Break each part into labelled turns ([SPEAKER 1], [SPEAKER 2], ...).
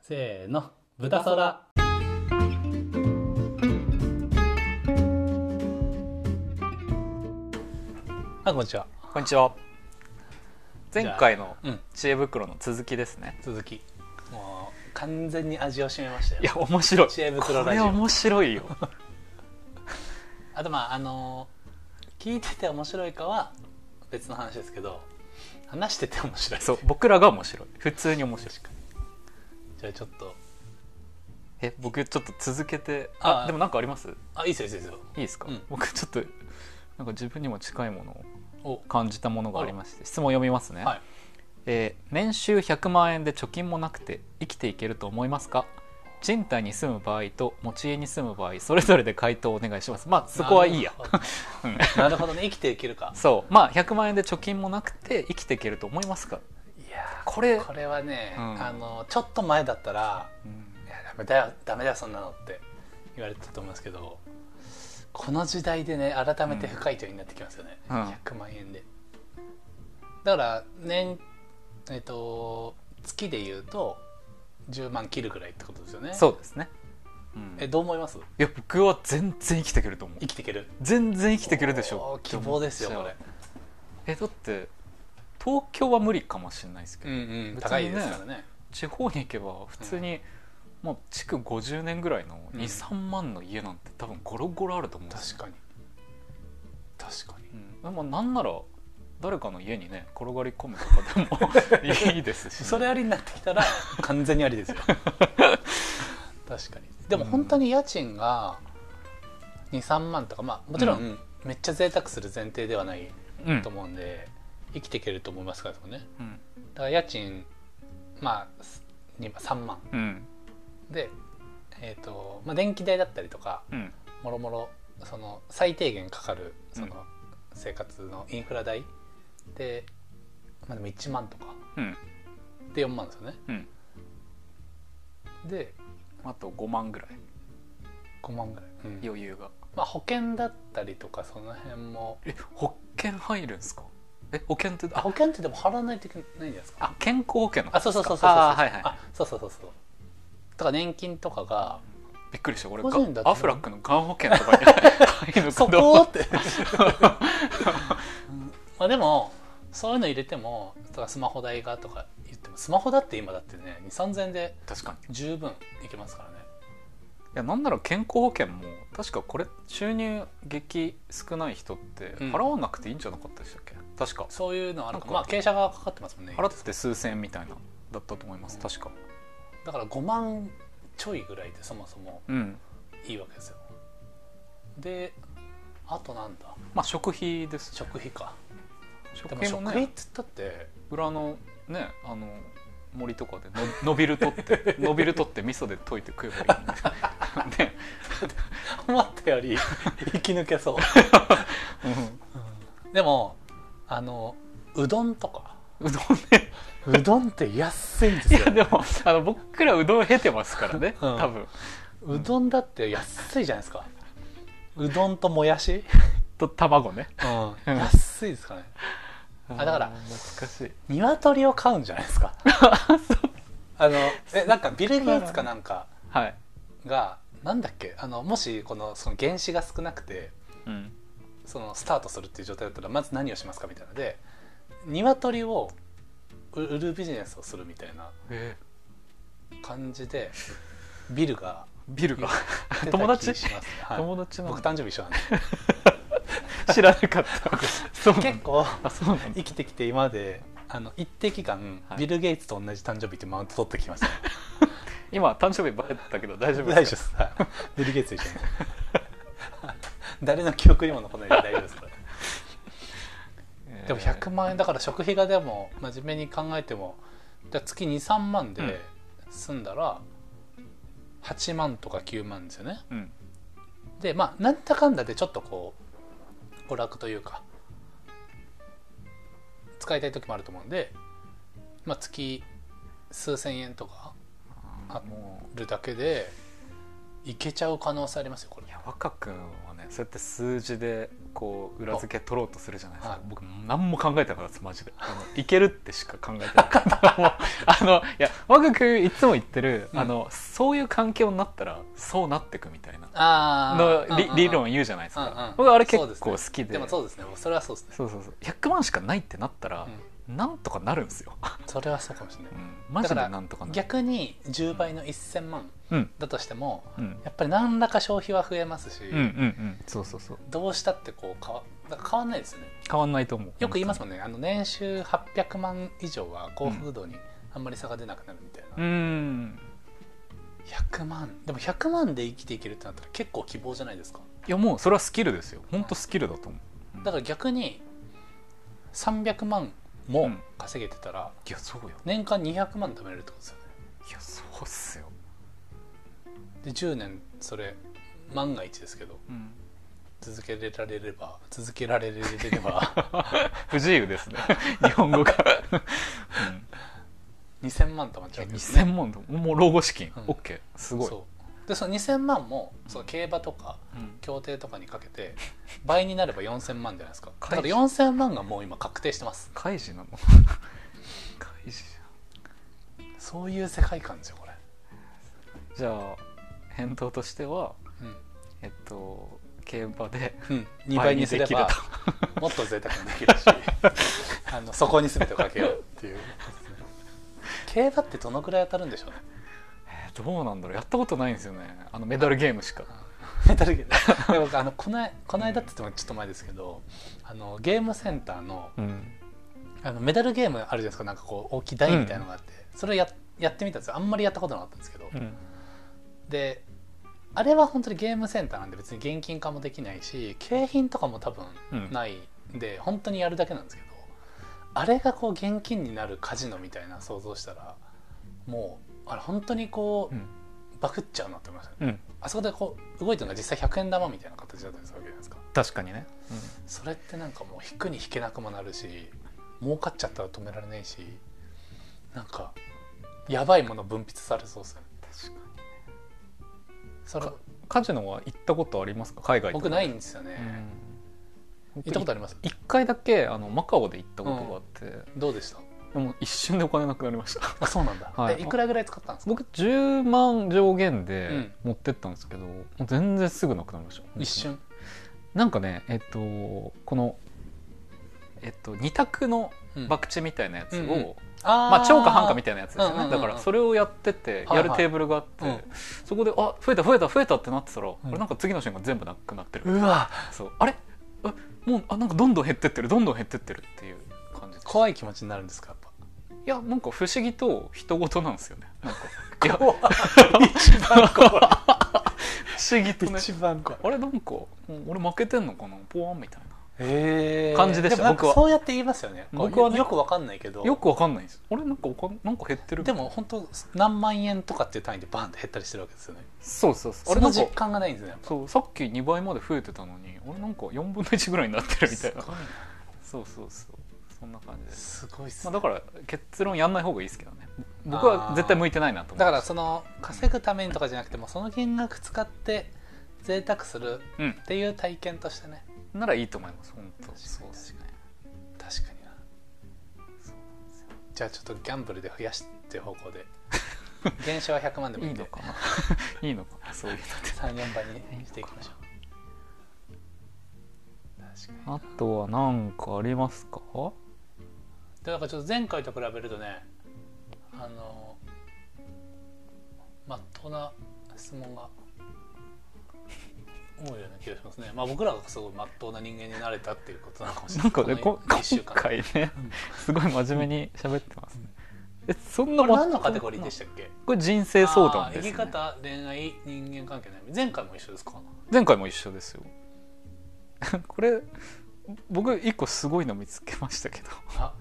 [SPEAKER 1] せーの豚そらあこんにちは
[SPEAKER 2] こんにちは前回の
[SPEAKER 1] うん
[SPEAKER 2] 知恵袋の続きですね
[SPEAKER 1] 続きもう完全に味を占めましたよ
[SPEAKER 2] いや面白い
[SPEAKER 1] 知恵袋ラジオ
[SPEAKER 2] これ面白 いよ
[SPEAKER 1] あとまああの聞いてて面白いかは別の話ですけど話してて面白い
[SPEAKER 2] そう僕らが面白い普通に面白い
[SPEAKER 1] じゃあちょっと
[SPEAKER 2] え僕ちょっと続けてあ
[SPEAKER 1] あー
[SPEAKER 2] でもなんかありますい
[SPEAKER 1] あいいですよいいですよ
[SPEAKER 2] いですか、
[SPEAKER 1] うん
[SPEAKER 2] 僕ちょっとなんか自分にも近いものを
[SPEAKER 1] お
[SPEAKER 2] 感じたものがありまして質問読みますね、
[SPEAKER 1] はい
[SPEAKER 2] えー年収100万円で貯金もなくて生きていけると思いますか賃貸に住む場合と持ち家に住む場合それぞれで回答お願いしますまあそこはいいや
[SPEAKER 1] なるほ
[SPEAKER 2] うん
[SPEAKER 1] どなるほどね生きていけるか
[SPEAKER 2] そうまあ100万円で貯金もなくて生きていけると思いますか
[SPEAKER 1] いや
[SPEAKER 2] これ
[SPEAKER 1] これはね、
[SPEAKER 2] うん
[SPEAKER 1] あのちょっと前だったら「いやダメだよダメだよそんなの」って言われてたと思いますけどこの時代でね改めて深い問いになってきますよね、
[SPEAKER 2] うん
[SPEAKER 1] 100万円でだから年えっと月で言うと10万切るぐらいってことですよね
[SPEAKER 2] そうですね、うん
[SPEAKER 1] えどう思います
[SPEAKER 2] いや僕は全然生きていけると思う
[SPEAKER 1] 生きていける
[SPEAKER 2] 全然生きていけるでし
[SPEAKER 1] お
[SPEAKER 2] ょ
[SPEAKER 1] ー希望ですよこれ
[SPEAKER 2] えだって東京は無理かもしれないですけ
[SPEAKER 1] う
[SPEAKER 2] ど、
[SPEAKER 1] んうん高いですからね
[SPEAKER 2] 地方に行けば普通に、もう築50年ぐらいの
[SPEAKER 1] うん
[SPEAKER 2] 23万の家なんて多分ゴロゴロあると思うんです
[SPEAKER 1] 確
[SPEAKER 2] よ
[SPEAKER 1] かに確かに
[SPEAKER 2] うんまあ、なんなら誰かの家にね転がり込むとか でもいいですしね、
[SPEAKER 1] それありになってきた ら完全にありですよ確かにでも本当に家賃が23万とかまあもちろ
[SPEAKER 2] うん
[SPEAKER 1] めっちゃ贅沢する前提ではない
[SPEAKER 2] うん
[SPEAKER 1] と思うんで、生きていけると思いますからですもんね
[SPEAKER 2] うん
[SPEAKER 1] だから家賃まあすに3万
[SPEAKER 2] うん
[SPEAKER 1] でえっ、と、まあ、電気代だったりとか
[SPEAKER 2] うん
[SPEAKER 1] もろもろその最低限かかるその
[SPEAKER 2] うん
[SPEAKER 1] 生活のインフラ代で、まあ、でも1万とか
[SPEAKER 2] うん
[SPEAKER 1] で4万ですよね
[SPEAKER 2] うん
[SPEAKER 1] で
[SPEAKER 2] あと5万ぐらい
[SPEAKER 1] 5万ぐらい、うん
[SPEAKER 2] 余裕が
[SPEAKER 1] まあ、保険だったりとかその辺も
[SPEAKER 2] え保険入るんですかえ保険って
[SPEAKER 1] あ
[SPEAKER 2] あ
[SPEAKER 1] 保険ってでも払わないといけないんじゃないですか
[SPEAKER 2] あ健康保険の
[SPEAKER 1] あそうそうそうそうそう
[SPEAKER 2] あーはいはい
[SPEAKER 1] あそうそうそうそうとか年金とかが
[SPEAKER 2] びっくりした俺
[SPEAKER 1] 個人だって
[SPEAKER 2] がアフラックのがん保険とかに入るの
[SPEAKER 1] そこ
[SPEAKER 2] かどう
[SPEAKER 1] って まあでもそういうの入れてもとかスマホ代がとか言ってもスマホだって今だってね2 3 0 0 0で
[SPEAKER 2] 確かにい
[SPEAKER 1] 十分いけますからね
[SPEAKER 2] やなんなら健康保険も確かこれ収入激少ない人って
[SPEAKER 1] うん
[SPEAKER 2] 払わなくていいんじゃなかったでしたっけ、確か
[SPEAKER 1] そういうのはなんか
[SPEAKER 2] なん
[SPEAKER 1] ま
[SPEAKER 2] か
[SPEAKER 1] あ傾斜がかかってますもんね
[SPEAKER 2] 払って数千円みたいなだったと思います確か
[SPEAKER 1] だから5万ちょいぐらいでそもそも
[SPEAKER 2] うん
[SPEAKER 1] いいわけですよであとなんだ
[SPEAKER 2] まあ食費です
[SPEAKER 1] 食費か
[SPEAKER 2] 食
[SPEAKER 1] でも
[SPEAKER 2] 費
[SPEAKER 1] 食
[SPEAKER 2] も
[SPEAKER 1] 費っ
[SPEAKER 2] ね
[SPEAKER 1] つったって
[SPEAKER 2] 裏のねあの森とかでののびる取 ってのびる取って味噌で溶いて食えばいいんでね
[SPEAKER 1] 思ったよ り生き抜けそう
[SPEAKER 2] う
[SPEAKER 1] でもあのうどんとか
[SPEAKER 2] んうどんね
[SPEAKER 1] うどんって安いんで
[SPEAKER 2] い
[SPEAKER 1] すよ
[SPEAKER 2] やでもあの僕らうどん経てますからね、
[SPEAKER 1] うん
[SPEAKER 2] 多分
[SPEAKER 1] うどんだって安いじゃないですかうどんともやし、
[SPEAKER 2] と卵ね
[SPEAKER 1] うん、安いですかねあだから
[SPEAKER 2] 難しい
[SPEAKER 1] 鶏を飼うんじゃないですか あのえなんかビル・ゲイツかなんか
[SPEAKER 2] はい、
[SPEAKER 1] がなんだっけあのもしこのその原子が少なくて
[SPEAKER 2] うん、
[SPEAKER 1] そのスタートするっていう状態だったらまず何をしますかみたいなので鶏を売売るビジネスをするみたいな
[SPEAKER 2] え
[SPEAKER 1] 感じでビル が
[SPEAKER 2] ビルが
[SPEAKER 1] 出た気
[SPEAKER 2] 友達
[SPEAKER 1] しますね、はい、
[SPEAKER 2] 友達なの
[SPEAKER 1] 僕誕生日一緒なんで
[SPEAKER 2] 知らなかった そうなん だ
[SPEAKER 1] 結構
[SPEAKER 2] あそうなんだ
[SPEAKER 1] 生きてきて今まであの一定期間、
[SPEAKER 2] はい
[SPEAKER 1] ビル・ゲイツと同じ誕生日ってマウント取ってき ました
[SPEAKER 2] 今誕生日バレてたけど大丈夫
[SPEAKER 1] 大丈夫
[SPEAKER 2] で
[SPEAKER 1] です
[SPEAKER 2] か
[SPEAKER 1] すはい ビル・ゲイツと一緒に誰の記憶にも残らないんで大丈夫ですこれ
[SPEAKER 2] えー
[SPEAKER 1] でも100万円だから食費がでも真面目に考えてもじゃあ月23万
[SPEAKER 2] うん
[SPEAKER 1] で済んだら8万とか9万ですよね
[SPEAKER 2] うん
[SPEAKER 1] でまあなんだかんだでちょっとこう娯楽というか使いたい時もあると思うんで、まあ、月数千円とかあ
[SPEAKER 2] もう
[SPEAKER 1] るだけでいけちゃう可能性ありますよこれ
[SPEAKER 2] いや若君はねそうやって数字でこう裏付け取ろうとするじゃないですか、
[SPEAKER 1] はい
[SPEAKER 2] 僕何も考えたからですマジであのいけるってしか考えてなかったもう あのいや若君いつも言ってる、
[SPEAKER 1] うん
[SPEAKER 2] あのそういう環境になったらそうなってくみたいな
[SPEAKER 1] あ
[SPEAKER 2] のり理論
[SPEAKER 1] で
[SPEAKER 2] 言うじゃないですか、
[SPEAKER 1] うんうん
[SPEAKER 2] 僕あれ結
[SPEAKER 1] そうですね
[SPEAKER 2] 構好きで
[SPEAKER 1] もそうですねそれはそうですね、
[SPEAKER 2] そうそうそう100万しかないってなったら、なんとかなるんですよ、
[SPEAKER 1] それはそうかもしれない
[SPEAKER 2] うん マジでなんとかなる
[SPEAKER 1] 逆に10倍の1000万
[SPEAKER 2] うん
[SPEAKER 1] だとしても
[SPEAKER 2] うん
[SPEAKER 1] やっぱり何らか消費は増えますし、
[SPEAKER 2] うんうんうんそうそうそう
[SPEAKER 1] どうしたってこう変わだから変わんないですよね
[SPEAKER 2] 変わんないと思う
[SPEAKER 1] よく言います
[SPEAKER 2] も
[SPEAKER 1] もんねあの年収800万以上は幸福度にあんまり差が出なくなるみたいな、
[SPEAKER 2] うん
[SPEAKER 1] 100万でも100万で生きていけるってなったら結構希望じゃないですか
[SPEAKER 2] いやもうそれはスキルですよ本当スキルだと思う、
[SPEAKER 1] だからら逆に300万
[SPEAKER 2] う
[SPEAKER 1] も
[SPEAKER 2] ん
[SPEAKER 1] 稼げてたら
[SPEAKER 2] いやそうよ
[SPEAKER 1] 年間200万貯めれるってことですよね
[SPEAKER 2] いやそうっすよ、
[SPEAKER 1] で10年それ万が一ですけど
[SPEAKER 2] うん、
[SPEAKER 1] 続けられれば続けられれ ば
[SPEAKER 2] 不自由ですね 日本語が、
[SPEAKER 1] 2000万貯まっち
[SPEAKER 2] う
[SPEAKER 1] ゃ
[SPEAKER 2] ん、
[SPEAKER 1] うんです
[SPEAKER 2] 2000万ともう老後資金、
[SPEAKER 1] うん
[SPEAKER 2] オッ OK すごい
[SPEAKER 1] そうでその2000万もその競馬とか
[SPEAKER 2] うん
[SPEAKER 1] 競艇とかにかけ て倍になれば4000万じゃないですかだ
[SPEAKER 2] 返
[SPEAKER 1] か
[SPEAKER 2] し
[SPEAKER 1] ら4000万がもう今確定してます
[SPEAKER 2] 開示なの開示
[SPEAKER 1] そういう世界観ですよこれ、
[SPEAKER 2] じゃんじゃあ返答としては
[SPEAKER 1] うん
[SPEAKER 2] えっと競馬で
[SPEAKER 1] うん、2倍にすれ
[SPEAKER 2] 倍に
[SPEAKER 1] ば
[SPEAKER 2] で
[SPEAKER 1] もっと贅沢にでき るしあのそこに全てをかけようっていう競馬ってどのくらい当たるんでしょうね
[SPEAKER 2] えーどうなんだろうやったことないんですよねあのメダルゲームしか
[SPEAKER 1] メタルゲームで僕あのこのこの間って言ってもちょっと前ですけどあのゲームセンターの
[SPEAKER 2] うん
[SPEAKER 1] あのメダルゲームあるじゃないですかなんかこう大きい台みたいなのがあって、それをややってみたんですよあんまりやったことなかったんですけど、
[SPEAKER 2] うん
[SPEAKER 1] であれは本当にゲームセンターなんで別に現金化もできないし景品とかも多分
[SPEAKER 2] うん
[SPEAKER 1] ないんで、本当にやるだけなんですけどあれがこう現金になるカジノみたいな想像したらもうあれ本当にこう、
[SPEAKER 2] うん
[SPEAKER 1] バクっちゃうなって思いましたね
[SPEAKER 2] うん
[SPEAKER 1] あそこでこう動いてるのが実際100円玉みたいな形だったりするわけじゃないですか
[SPEAKER 2] 確かにね、
[SPEAKER 1] それってなんかもう引くに引けなくもなるし儲かっちゃったら止められないしなんかやばいもの分泌されそうですよね
[SPEAKER 2] 確か
[SPEAKER 1] それ
[SPEAKER 2] かにカジノは行ったことありますか海外とか
[SPEAKER 1] 僕ないんですよね、
[SPEAKER 2] うん
[SPEAKER 1] 行ったことあります
[SPEAKER 2] 一回だけあのマカオで行ったことがあって、
[SPEAKER 1] どうでした
[SPEAKER 2] でも一瞬でお金なくなりました
[SPEAKER 1] あそうなんだ、
[SPEAKER 2] はい
[SPEAKER 1] えいくらぐらい使ったんですか
[SPEAKER 2] 僕10万上限で
[SPEAKER 1] うん
[SPEAKER 2] 持ってったんですけど、もう全然すぐなくなりました
[SPEAKER 1] 一瞬
[SPEAKER 2] なんかねえっとこのえっと二択の
[SPEAKER 1] うん
[SPEAKER 2] 博打みたいなやつを、
[SPEAKER 1] うんうんあ
[SPEAKER 2] まあ、超か半かみ
[SPEAKER 1] た
[SPEAKER 2] たいなやつですよ
[SPEAKER 1] う
[SPEAKER 2] ね、
[SPEAKER 1] んうんうん
[SPEAKER 2] だからそれをやってて
[SPEAKER 1] はい
[SPEAKER 2] や
[SPEAKER 1] はい
[SPEAKER 2] るテーブルがあって、
[SPEAKER 1] うん
[SPEAKER 2] そこで「あ増えた増えた増えた」ってなってたら、あれなんか次の瞬間全部なくなってる、
[SPEAKER 1] うわ
[SPEAKER 2] そうあれあもうあなんかどんどん減ってってるどんどん減ってってるっていう感じです
[SPEAKER 1] 怖い気持ちになるんですかやっぱ
[SPEAKER 2] いやなんか不思議と人事なんですよねなんかいや不
[SPEAKER 1] 怖い一番怖
[SPEAKER 2] 思議と
[SPEAKER 1] い
[SPEAKER 2] ね
[SPEAKER 1] 一番怖い
[SPEAKER 2] あれなんかもう俺負けてんのかなポワンみたいな
[SPEAKER 1] えー
[SPEAKER 2] 感じでした
[SPEAKER 1] もなん
[SPEAKER 2] 僕
[SPEAKER 1] か
[SPEAKER 2] は
[SPEAKER 1] そうやって言いますよねこう
[SPEAKER 2] 僕はね
[SPEAKER 1] よくわかんないけど
[SPEAKER 2] よくわかんないんですよあれなんかおかなんか減ってる
[SPEAKER 1] でも本当何万円とかっていう単位でバンって減ったりしてるわけですよね
[SPEAKER 2] そうそうそう
[SPEAKER 1] そ
[SPEAKER 2] あれな
[SPEAKER 1] の
[SPEAKER 2] んか
[SPEAKER 1] 実感がないんですねやっぱ
[SPEAKER 2] そうさっき2倍まで増えてたのに俺なんか4分の1ぐらいになってるみたいな
[SPEAKER 1] すごいな
[SPEAKER 2] そうそうそうそんな感じで
[SPEAKER 1] す
[SPEAKER 2] す、
[SPEAKER 1] ごいっす
[SPEAKER 2] まあ、
[SPEAKER 1] ね
[SPEAKER 2] だから結論やんない方がいいですけどね僕は絶対向いてないなと思う
[SPEAKER 1] だからその稼ぐためにとかじゃなくてもその金額使って贅沢する
[SPEAKER 2] うん
[SPEAKER 1] っていう体験としてね
[SPEAKER 2] ならいいと思います本当
[SPEAKER 1] そうですね確かになじゃあちょっとギャンブルで増やして方向 で減少は100万でもい
[SPEAKER 2] い
[SPEAKER 1] い
[SPEAKER 2] い
[SPEAKER 1] んで
[SPEAKER 2] のか ないいのかなそういうのって
[SPEAKER 1] 34倍にしていきましょ う確かに
[SPEAKER 2] あとは何かありますか
[SPEAKER 1] でなんかちょっと前回と比べるとねあのまっとうな質問が多いような気がしますねまあ僕らがすごいまっとうな人間になれたっていうことなのかもしれ
[SPEAKER 2] な
[SPEAKER 1] なんい
[SPEAKER 2] かねこ
[SPEAKER 1] この一週
[SPEAKER 2] 今
[SPEAKER 1] 間
[SPEAKER 2] 回ねすごい真面目に喋ってますねえそんな
[SPEAKER 1] これ何のカテゴリーで
[SPEAKER 2] た
[SPEAKER 1] したっけ
[SPEAKER 2] これ人生相談で
[SPEAKER 1] あ
[SPEAKER 2] す、
[SPEAKER 1] ー生き
[SPEAKER 2] ね、
[SPEAKER 1] 方恋愛人間関係悩み前回も一緒ですか
[SPEAKER 2] 前回も一緒ですよ これ僕一個すごいの見つけましたけど
[SPEAKER 1] あ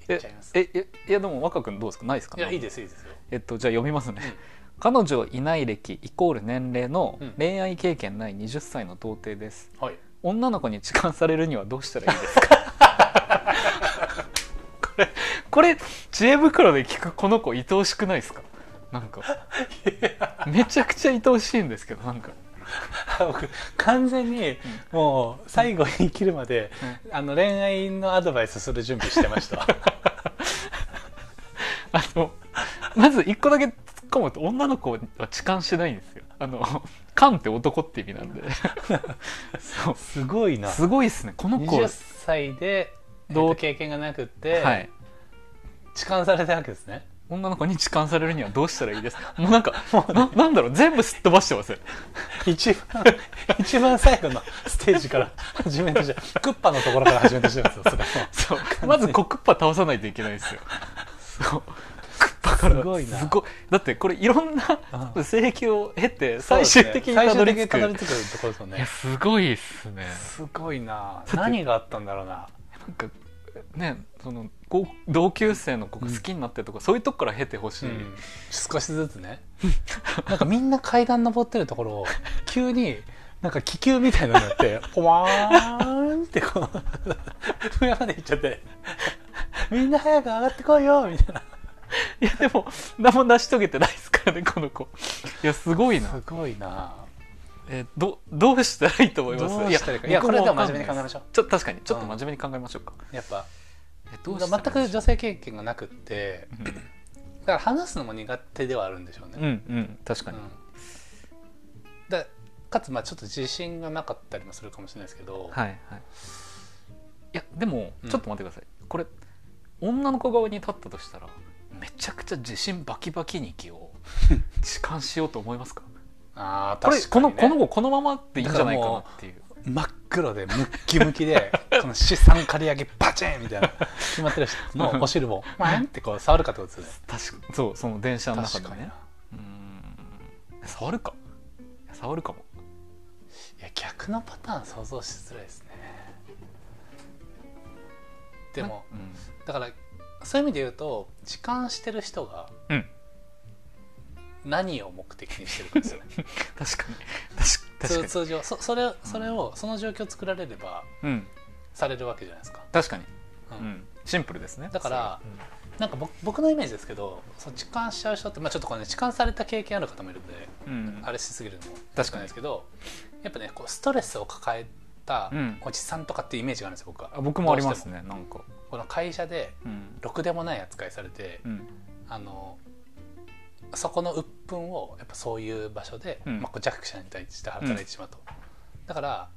[SPEAKER 1] いっ
[SPEAKER 2] え
[SPEAKER 1] ちゃいます
[SPEAKER 2] ええいやでも若君どうですかないですか
[SPEAKER 1] いやいいですいいですよ
[SPEAKER 2] えっとじゃあ読みますね、
[SPEAKER 1] うん
[SPEAKER 2] 彼女いない歴イコール年齢の
[SPEAKER 1] うん
[SPEAKER 2] 恋愛経験ない20歳の童貞です
[SPEAKER 1] はい
[SPEAKER 2] 女の子に痴漢されるにはどうしたらいいですか これこれ知恵袋で聞くこの子愛おしくないですかなんかめちゃくちゃ愛おしいんですけどなんか、
[SPEAKER 1] 僕完全にもう最後に生きるまで、あの恋愛のアドバイスする準備してました
[SPEAKER 2] あのまず一個だけ突っ込むと女の子は痴漢しないんですよあの「カン」って男って意味なんでそう
[SPEAKER 1] すごいな
[SPEAKER 2] すごいですねこの子
[SPEAKER 1] 20歳でどう経験がなくって、
[SPEAKER 2] はい
[SPEAKER 1] 痴漢されたわけですね
[SPEAKER 2] 女の子に痴漢されるにはどうしたらいいですかもうなんかもうななんだろう全部すっ飛ばしてます
[SPEAKER 1] 一番 一番最後のステージから 始めてじゃクッパのところから始めてじゃん それ
[SPEAKER 2] そうまずコクッパ倒さないといけないですよそうクッパから
[SPEAKER 1] すごいな
[SPEAKER 2] だってこれいろんな
[SPEAKER 1] あ
[SPEAKER 2] 請求を経て最終的にたどり
[SPEAKER 1] 最終的に
[SPEAKER 2] 着く、
[SPEAKER 1] たどり着くところですよ
[SPEAKER 2] いや
[SPEAKER 1] ね
[SPEAKER 2] すごいっすね
[SPEAKER 1] すごいな何があったんだろうな
[SPEAKER 2] なんかねそのこう同級生の子が好きになってるとか、そういうとこから経てほしい、
[SPEAKER 1] うん少しずつね なんかみんな階段登ってるところを急になんか気球みたいなのになっ てポワーンってこう上まで行っちゃってみんな早く上がってこいよみたいない
[SPEAKER 2] やでも何も成し遂げてないですからねこの子いやすごいな
[SPEAKER 1] すごいな
[SPEAKER 2] えーどどうしたらいいと思います
[SPEAKER 1] どうしたらいいかいや
[SPEAKER 2] 僕も
[SPEAKER 1] これでも真面目に考えましょう
[SPEAKER 2] ちょっと確かにちょっと真面目に考えましょうか、
[SPEAKER 1] やっぱ
[SPEAKER 2] えどうした
[SPEAKER 1] 全
[SPEAKER 2] らい
[SPEAKER 1] く
[SPEAKER 2] いでしょ
[SPEAKER 1] 女性経験がなくってだから話すのも苦手ではあるんでしょうね
[SPEAKER 2] う、うんうん確か
[SPEAKER 1] う
[SPEAKER 2] に、
[SPEAKER 1] んだかつまあちょっと自信がなかったりもするかもしれないですけど、
[SPEAKER 2] はいはいいやでも
[SPEAKER 1] うん
[SPEAKER 2] ちょっと待ってください、これ女の子側に立ったとしたらめちゃくちゃ自信バキバキに生きを 痴漢しようと思いますか
[SPEAKER 1] ああ
[SPEAKER 2] これ
[SPEAKER 1] 確か
[SPEAKER 2] こ
[SPEAKER 1] に、
[SPEAKER 2] の
[SPEAKER 1] ね、
[SPEAKER 2] この子このままっていいんじゃないかなっていう
[SPEAKER 1] 真っ黒でムッキムキで この資産刈り上げバチンみたいな決まってる人のお汁もワンってこう触るかってことですね
[SPEAKER 2] 確かそうその電車の中
[SPEAKER 1] 確
[SPEAKER 2] で
[SPEAKER 1] かに
[SPEAKER 2] ね
[SPEAKER 1] な
[SPEAKER 2] うーん触るかいや触るかも
[SPEAKER 1] いや逆のパターン想像しづらいですねでもだからそういう意味で言うと痴漢してる人が
[SPEAKER 2] うん、うん、
[SPEAKER 1] 何を目的にしてるかですよ ね
[SPEAKER 2] 確かに確か確
[SPEAKER 1] 通
[SPEAKER 2] かに
[SPEAKER 1] 通常そそれをそれをその状況を作られれば
[SPEAKER 2] うん
[SPEAKER 1] されるわけじゃないですか、
[SPEAKER 2] 確かに、
[SPEAKER 1] うん
[SPEAKER 2] うん、シンプルですね
[SPEAKER 1] だから
[SPEAKER 2] それは
[SPEAKER 1] なんか僕僕のイメージですけどそう痴漢しちゃう人って、まあ、ちょっとこれね痴漢された経験ある方もいるので
[SPEAKER 2] うんうん
[SPEAKER 1] あれしすぎるのも
[SPEAKER 2] 確
[SPEAKER 1] な
[SPEAKER 2] かに
[SPEAKER 1] いですけどやっぱねこうストレスを抱えた
[SPEAKER 2] うん
[SPEAKER 1] おじさんとかっていうイメージがあるんですよ僕は
[SPEAKER 2] あ僕もありますねなんか
[SPEAKER 1] この会社で
[SPEAKER 2] うん
[SPEAKER 1] ろくでもない扱いされて、
[SPEAKER 2] うん
[SPEAKER 1] あのそこの鬱憤をやっぱそういう場所で、
[SPEAKER 2] うん
[SPEAKER 1] まあ、こう弱者に対して働いてしまうと、だから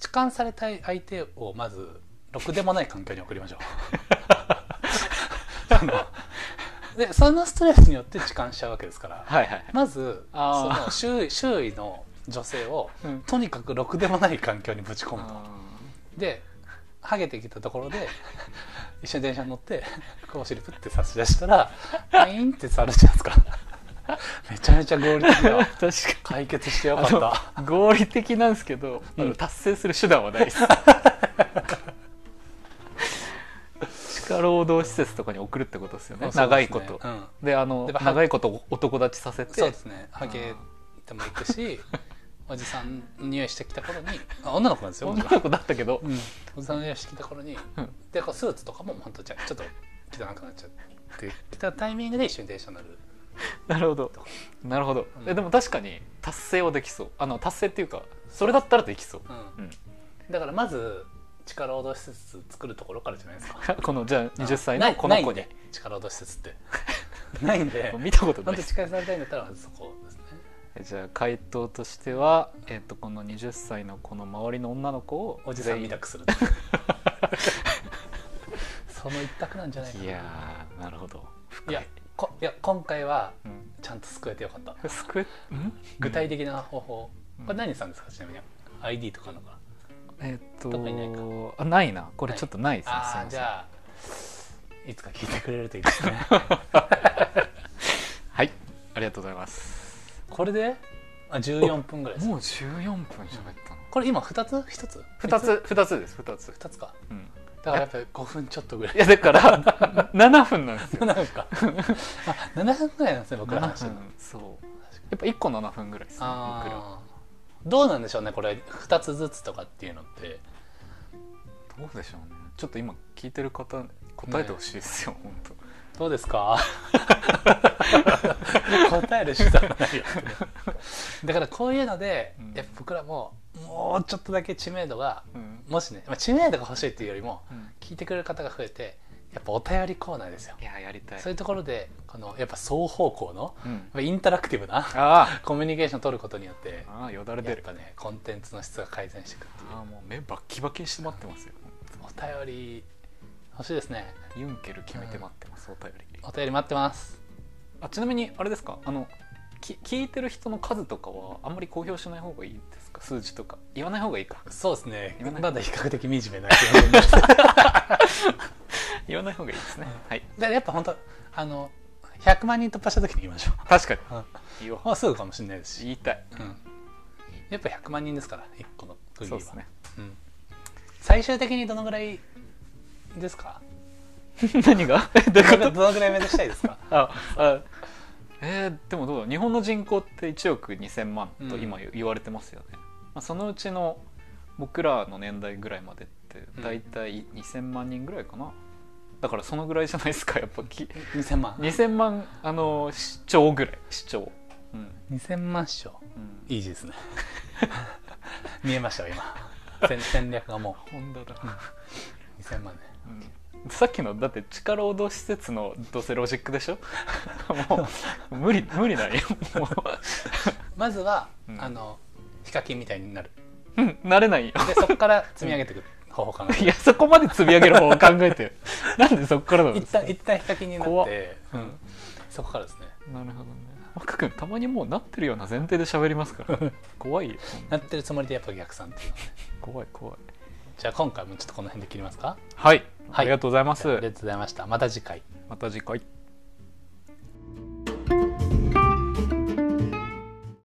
[SPEAKER 1] 痴漢されたい相手をまずろくでもない環境に送り ましょうあのでそのストレスによって痴漢しちゃうわけですから
[SPEAKER 2] はいはい
[SPEAKER 1] まずそ
[SPEAKER 2] あー
[SPEAKER 1] の周囲周囲の女性を
[SPEAKER 2] うん
[SPEAKER 1] とにかくろくでもない環境にぶち込むと
[SPEAKER 2] あ
[SPEAKER 1] でハゲてきたところで一緒に電車に乗ってこうお尻プって差し出したらパインって触るじゃないですかめちゃめちゃ合理的
[SPEAKER 2] ー
[SPEAKER 1] だ
[SPEAKER 2] 確か
[SPEAKER 1] 解決してよかっ
[SPEAKER 2] に
[SPEAKER 1] た
[SPEAKER 2] あの合理的なんですけど、あの
[SPEAKER 1] うん
[SPEAKER 2] 達成する手段はないです 地下労働施設とかに送るってことですよね 長いこと、
[SPEAKER 1] うん
[SPEAKER 2] であの
[SPEAKER 1] でまあ
[SPEAKER 2] 長いこと男立ちさせて
[SPEAKER 1] そうですねハゲてもいくしおじさんの匂いしてきた頃にあ女の子なんですよもち
[SPEAKER 2] 女
[SPEAKER 1] ろん
[SPEAKER 2] の子だったけど、
[SPEAKER 1] うん、おじさんの匂いしてきた頃に、
[SPEAKER 2] うん
[SPEAKER 1] でこうスーツとかも本当じゃちょっと汚くなっちゃってきたタイミングで一緒に電車に乗る
[SPEAKER 2] なるほどなるほど、
[SPEAKER 1] うん
[SPEAKER 2] えでも確かに達成はできそうあの達成っていうかそれだったらできそう、うん
[SPEAKER 1] だからまず力労働施設作るところからじゃないです か
[SPEAKER 2] このじゃあ20歳
[SPEAKER 1] な
[SPEAKER 2] の
[SPEAKER 1] い
[SPEAKER 2] この
[SPEAKER 1] ない
[SPEAKER 2] 子
[SPEAKER 1] ん
[SPEAKER 2] に
[SPEAKER 1] で力労働施設って ないんで
[SPEAKER 2] 見たことな
[SPEAKER 1] 本
[SPEAKER 2] い
[SPEAKER 1] 当
[SPEAKER 2] です
[SPEAKER 1] 近いされたいんだったらまずそこですね
[SPEAKER 2] えじゃあ回答としては、えっとこの20歳のこの周りの女の子を
[SPEAKER 1] おじさんみた
[SPEAKER 2] 全
[SPEAKER 1] くするその一択なんじゃないか
[SPEAKER 2] 員
[SPEAKER 1] ない
[SPEAKER 2] やーなるほど
[SPEAKER 1] い
[SPEAKER 2] 深い
[SPEAKER 1] やこいや今回は
[SPEAKER 2] うん
[SPEAKER 1] ちゃんと救えてよかった
[SPEAKER 2] 救えん
[SPEAKER 1] 具体的な方法、
[SPEAKER 2] うん
[SPEAKER 1] これ何さんですかちなみに ID とかあるのか
[SPEAKER 2] えっ、
[SPEAKER 1] どっかいない
[SPEAKER 2] とあないなこれちょっとないですね、
[SPEAKER 1] な
[SPEAKER 2] す
[SPEAKER 1] あ
[SPEAKER 2] いま
[SPEAKER 1] ー
[SPEAKER 2] せ
[SPEAKER 1] じ
[SPEAKER 2] ん
[SPEAKER 1] ゃあいつか聞いてくれるといい ですね
[SPEAKER 2] はいありがとうございます
[SPEAKER 1] これであ14分ぐらいです
[SPEAKER 2] もう14分喋ったの
[SPEAKER 1] これ今2つ1つ
[SPEAKER 2] 2つ二つです2つ、
[SPEAKER 1] 2つか
[SPEAKER 2] うん、
[SPEAKER 1] だからやっぱり5分ちょっとぐら
[SPEAKER 2] い
[SPEAKER 1] い
[SPEAKER 2] やだから 7分なんですよ
[SPEAKER 1] 7分か あ7分ぐらいなんですね僕ら話して
[SPEAKER 2] 7
[SPEAKER 1] るの
[SPEAKER 2] 分そうやっぱ1個7分ぐらいですね僕ら
[SPEAKER 1] あーどうなんでしょうねこれ2つずつとかっていうのって
[SPEAKER 2] どうでしょうねちょっと今聞いてる方答えてほしいですよ、本当
[SPEAKER 1] どうです か答える手段ないよだからこういうので、
[SPEAKER 2] うん
[SPEAKER 1] やっぱ僕らももうちょっとだけ知名度が
[SPEAKER 2] うん
[SPEAKER 1] もしね、まあ、知名度が欲しいっていうよりも
[SPEAKER 2] うん
[SPEAKER 1] 聞いてくれる方が増えてやっぱお便りコーナーですよ、
[SPEAKER 2] いややりたい
[SPEAKER 1] そういうところでこのやっぱ双方向の
[SPEAKER 2] うん
[SPEAKER 1] やっぱインタラクティブな
[SPEAKER 2] あ
[SPEAKER 1] コミュニケーションを取ることによって
[SPEAKER 2] あああよだれ
[SPEAKER 1] や
[SPEAKER 2] 出
[SPEAKER 1] っ
[SPEAKER 2] る
[SPEAKER 1] ぱねコンテンツの質が改善していくってい
[SPEAKER 2] ああもう目バッキバキにして待ってますよ
[SPEAKER 1] うお便り欲しいですね
[SPEAKER 2] ユンケル決めて待ってます、お便り
[SPEAKER 1] お便り待ってます
[SPEAKER 2] あちなみにあれですかあのき聞いてる人の数とかはあんまり公表しない方がいいですか数字とか言わない方がいいか
[SPEAKER 1] そうですね
[SPEAKER 2] 言わない
[SPEAKER 1] まだ比較的惨めな気がし ます
[SPEAKER 2] 言わない方がいいですねはい
[SPEAKER 1] だからやっぱ本当あの100万人突破した時に言いましょう
[SPEAKER 2] 確かに
[SPEAKER 1] うん
[SPEAKER 2] 言おう
[SPEAKER 1] もうすぐかもしれないですし、
[SPEAKER 2] 言いたい
[SPEAKER 1] うん、やっぱ100万人ですから1個の区切り
[SPEAKER 2] そう
[SPEAKER 1] は
[SPEAKER 2] ですね
[SPEAKER 1] うん最終的にどのぐらいですか
[SPEAKER 2] 何がえどういう
[SPEAKER 1] ど
[SPEAKER 2] こと
[SPEAKER 1] のぐらい目指したいです か
[SPEAKER 2] ああえーでもどうだろう日本の人口って1億2,000万と今
[SPEAKER 1] う
[SPEAKER 2] 言われてますよね、まあ、そのうちの僕らの年代ぐらいまでって大体2,000万人ぐらいかな、だからそのぐらいじゃないですかやっぱき
[SPEAKER 1] 2000万
[SPEAKER 2] 2000万あの視聴ぐらい視聴うん、
[SPEAKER 1] 2000万視聴
[SPEAKER 2] うん、
[SPEAKER 1] いい字ですね 見えましたよ今戦戦略がも
[SPEAKER 2] 本当だ、
[SPEAKER 1] う2000万ね
[SPEAKER 2] うんさっきのだって地下労働施設のどうせロジックでしょ もう無理無理だよも
[SPEAKER 1] まずは、
[SPEAKER 2] うん
[SPEAKER 1] あのヒカキンみたいになる
[SPEAKER 2] う、うん、慣れないよ
[SPEAKER 1] でそこから積み上げていく方法かな
[SPEAKER 2] いやそこまで積み上げる方を考え てよなんでそこからなの
[SPEAKER 1] 一旦一旦ヒカキンにな
[SPEAKER 2] 怖
[SPEAKER 1] っ、
[SPEAKER 2] って
[SPEAKER 1] うん、そこからですね
[SPEAKER 2] なるほどね若君たまにもうなってるような前提で喋ります から怖いよ
[SPEAKER 1] なってるつもりでやっぱ逆算っていうのはね
[SPEAKER 2] 怖い怖い
[SPEAKER 1] じゃあ今回もちょっとこの辺で切りますか
[SPEAKER 2] は
[SPEAKER 1] は
[SPEAKER 2] い、
[SPEAKER 1] い
[SPEAKER 2] ありがとうございま
[SPEAKER 1] じゃああり
[SPEAKER 2] す
[SPEAKER 1] がとうございましたまた次回
[SPEAKER 2] また次回